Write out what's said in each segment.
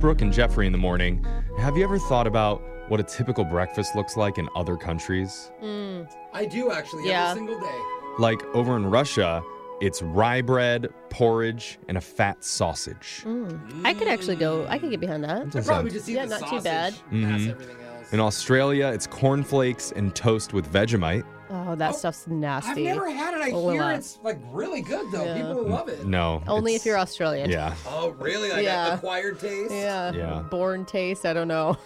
Brooke and Jeffrey in the morning. Have you ever thought about what a typical breakfast looks like in other countries? Mm. I do actually Yeah. every single day. Like over in Russia, it's rye bread, porridge, and a fat sausage. I could actually go. I could get behind that. Mm. I probably just eat Yeah, the not too sausage. bad. Pass Mhm. everything else. In Australia, it's cornflakes and toast with Vegemite. Oh, that stuff's I've nasty. never had it. I Oh, hear wow. it's like really good though. Yeah. People will love it. No. Only if it's- you're Australian. Yeah. Oh really? Like Yeah. yeah. acquired taste. Yeah. Yeah. Born taste. I don't know.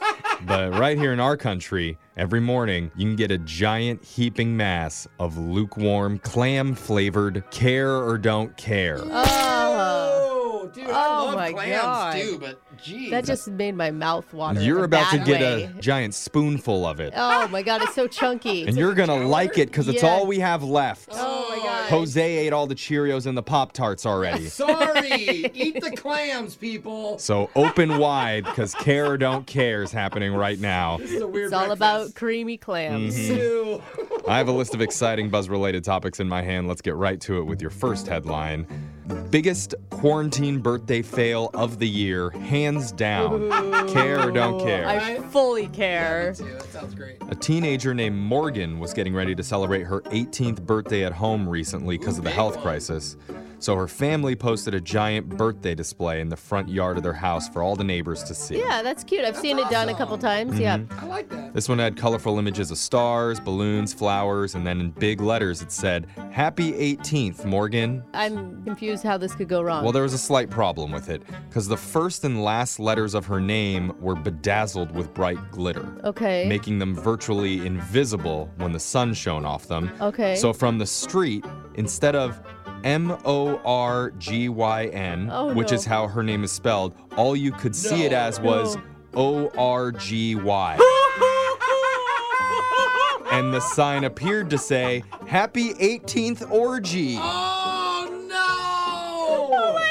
But right here in our country, every morning you can get a giant heaping mass of lukewarm, clam flavored care or don't care. Oh, Oh, dude, I Oh, love my clams God. too, but geez. that just made my mouth water. Oh, in You're a about to bad get way. a giant spoonful of it. Oh my god, it's so chunky. and you're going to like it because it's Yeah. all we have left. oh my god. Jose ate all the Cheerios and the Pop Tarts already. Sorry, eat the clams, people. so open wide because care or don't care is happening right now. This is a weird. it's all about creamy Mm. clams. Ew. I have a list of exciting buzz related topics in my hand. Let's get right to it with your first headline. Biggest quarantine birthday fail of the year, hands down. Care or don't care. I fully care. Dude, that sounds great. A teenager named Morgan was getting ready to celebrate her 18th birthday at home recently because of the health crisis. So her family posted a giant birthday display in the front yard of their house for all the neighbors to see. Yeah, that's cute. I've seen it done a couple times. Yeah. Mm-hmm. I like that. This one had colorful images of stars, balloons, flowers, and then in big letters it said, Happy 18th, Morgan. I'm confused how this could go wrong. Well, there was a slight problem with it because the first and last letters of her name were bedazzled with bright glitter. okay. making them virtually invisible when the sun shone off them. Okay. So from the street, instead of M O R G Y N, Oh, which no. is how her name is spelled, all you could see it No. as was O R G Y. And the sign appeared to say, Happy 18th Orgy. Oh no! Oh my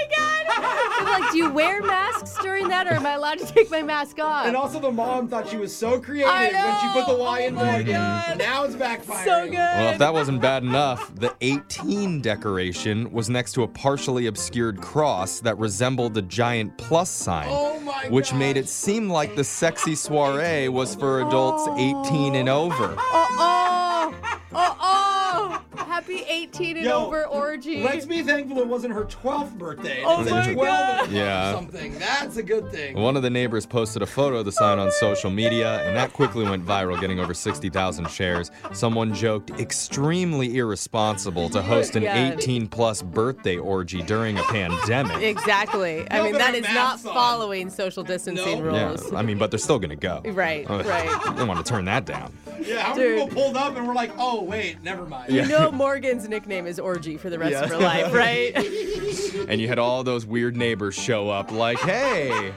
I'm like, do you wear masks during that, or am I allowed to take my mask off? And also, the mom thought she was so creative I when she put the know. Y in Oh my Morgan. God. Now it's backfiring. so good. Well, if that wasn't bad enough, the 18 decoration was next to a partially obscured cross that resembled a giant plus sign. Oh my which made gosh. it seem like the sexy soiree was for adults 18 and over. oh, oh, oh, oh! Happy 18 and Yo, over orgy. Let's be thankful it wasn't her 12th birthday. Oh It's a my 12 God. Yeah. Something. That's a good thing. One of the neighbors posted a photo of the sign on social media, and that quickly went viral, getting over 60,000 shares. Someone joked, extremely irresponsible to host an Yeah. 18 plus birthday orgy during a pandemic. Exactly. I No, mean, but that her is not mask's on. following social distancing No. Yeah, rules. I mean, but they're still gonna go. Right, Uh, right. They want to turn that down. Yeah, how Dude. many people pulled up and were like, oh, wait, never mind. You know Morgan's nickname is orgy for the rest of Yeah. her life, right? And you had all those weird neighbors show up, like, hey,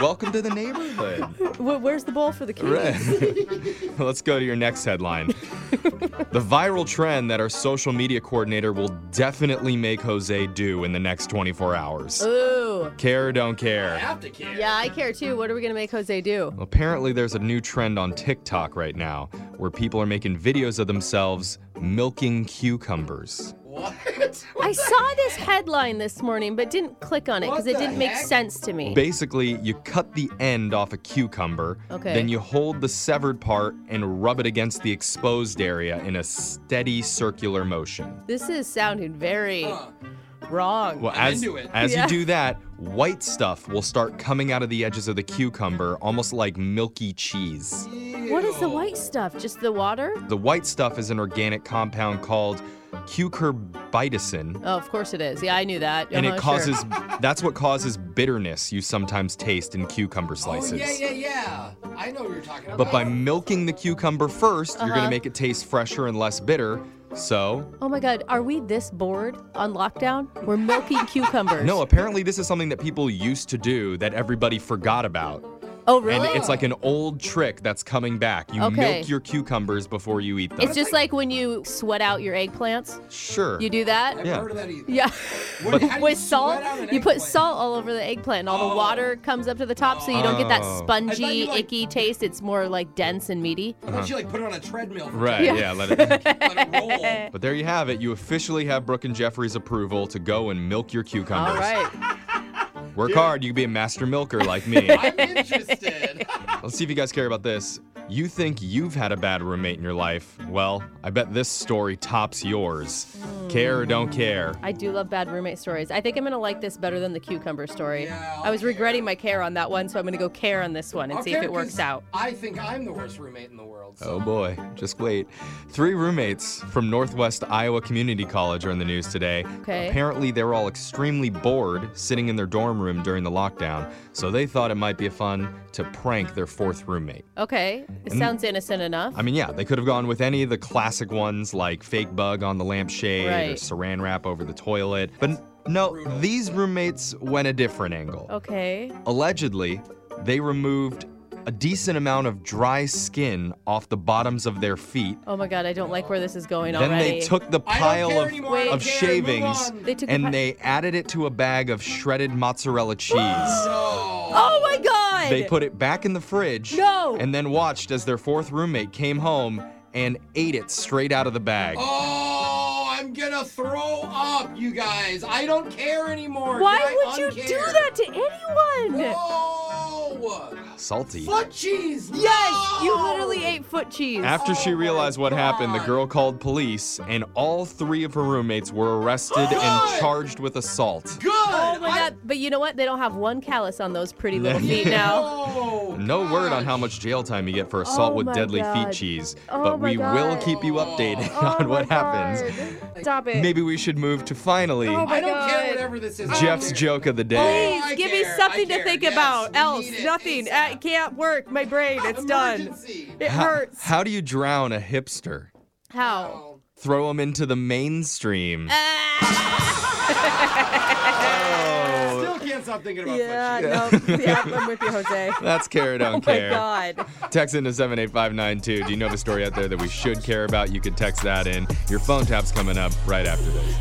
welcome to the neighborhood. Wh- Where's the bowl for the kids? Right. Let's go to your next headline. the viral trend that our social media coordinator will definitely make Jose do in the next 24 hours. Ooh. Care or don't I care. have to care. Yeah, I care too. What are we gonna make Jose do? Apparently, there's a new trend on TikTok right now where people are making videos of themselves milking cucumbers. What? I saw this headline this morning, but didn't click on it because What it the didn't make heck? sense to me. Basically, you cut the end off a cucumber, Okay. then you hold the severed part and rub it against the exposed area in a steady circular motion. This is sounding very Huh. wrong. Well, I'm as into it. as Yeah. you do that, white stuff will start coming out of the edges of the cucumber, almost like milky cheese. What is the white stuff? Just the water? The white stuff is an organic compound called cucurbitacin, Oh, of course it is. Yeah, I knew that. and Uh-huh, it sure. causes that's what causes bitterness you sometimes taste in cucumber Oh, slices. yeah, yeah, yeah. I know what you're talking about. But by milking the cucumber 1st you you're Uh-huh. gonna make it taste fresher and less bitter. So, Oh my God, are we this bored on lockdown? We're milking cucumbers. no, apparently this is something that people used to do that everybody forgot about. Oh really? And it's like an old trick that's coming back. You Okay. milk your cucumbers before you eat them. It's just like when you sweat out your eggplants. sure. You do that? I've Yeah. heard of that either. Yeah. What, how do you With sweat salt, out an you put eggplant? salt all over the eggplant, and all the Oh. water comes up to the top, so you don't get that Oh. spongy, I thought you, like- icky taste. It's more like dense and meaty. I thought you like put it on a treadmill. For Uh-huh. Right, Yeah. yeah. let it. Let it roll. but there you have it. You officially have Brooke and Jeffrey's approval to go and milk your cucumbers. All right. Work hard. You can be a master milker like me. I'm interested. Let's see if you guys care about this. You think you've had a bad roommate in your life? Well, I bet this story tops yours. Care or don't care. I do love bad roommate stories. I think I'm gonna like this better than the cucumber story. Yeah, I was I'll regretting my care on that one, so I'm gonna go care on this one and I'll see if care it works 'cause out. I think I'm the worst roommate in the world. So. Oh boy, just wait. Three roommates from Northwest Iowa Community College are in the news today. Okay. Apparently, they were all extremely bored sitting in their dorm room during the lockdown, so they thought it might be fun to prank their fourth roommate. Okay, it sounds innocent enough. I mean, yeah, they could have gone with any of the classic ones like fake bug on the lampshade or Right. saran wrap over the toilet, but n- no, these roommates went a different angle. okay, Allegedly, they removed a decent amount of dry skin off the bottoms of their feet oh my god, I don't like where this is going then they already. took the I don't pile care of, anymore, I don't of care, shavings move on. They took the and pi- they added it to a bag of shredded mozzarella cheese. No. Oh my god! They put it back in the fridge No! and then watched as their fourth roommate came home and ate it straight out of the bag. Oh, I'm gonna throw up, you guys. I don't care anymore. Why Can I would you do uncare? that to anyone? No. Salty. Foot cheese. Yes, you no! literally ate foot cheese. After she Oh my realized what happened, the God. girl called police and all three of her roommates were arrested and Good! charged with assault. Good. oh my I- god! But you know what? They don't have one callus on those pretty little Yeah. feet now. No. No word on gosh. how much jail time you get for assault Oh with my deadly God. feet cheese, Oh but my we will God. keep you updated Oh on what my happens. God. Stop it. Maybe we should move to finally Oh my I don't God. care whatever this is. I don't Jeff's care. joke of the day. Please I give me care, I something to care. think Yes, about. we Else, need it nothing. ASAP. It can't work. My brain, it's done. Emergency. It Ho- hurts. How, do you drown a hipster? How? Oh. Throw him into the mainstream. Oh, Still can't stop thinking about Yeah, foot cheese. no. Yeah, I'm with you, Jose. that's care or don't Oh my care. God. Text into 78592. Do you know of a story out there that we should care about? You can text that in. Your phone tap's coming up right after this.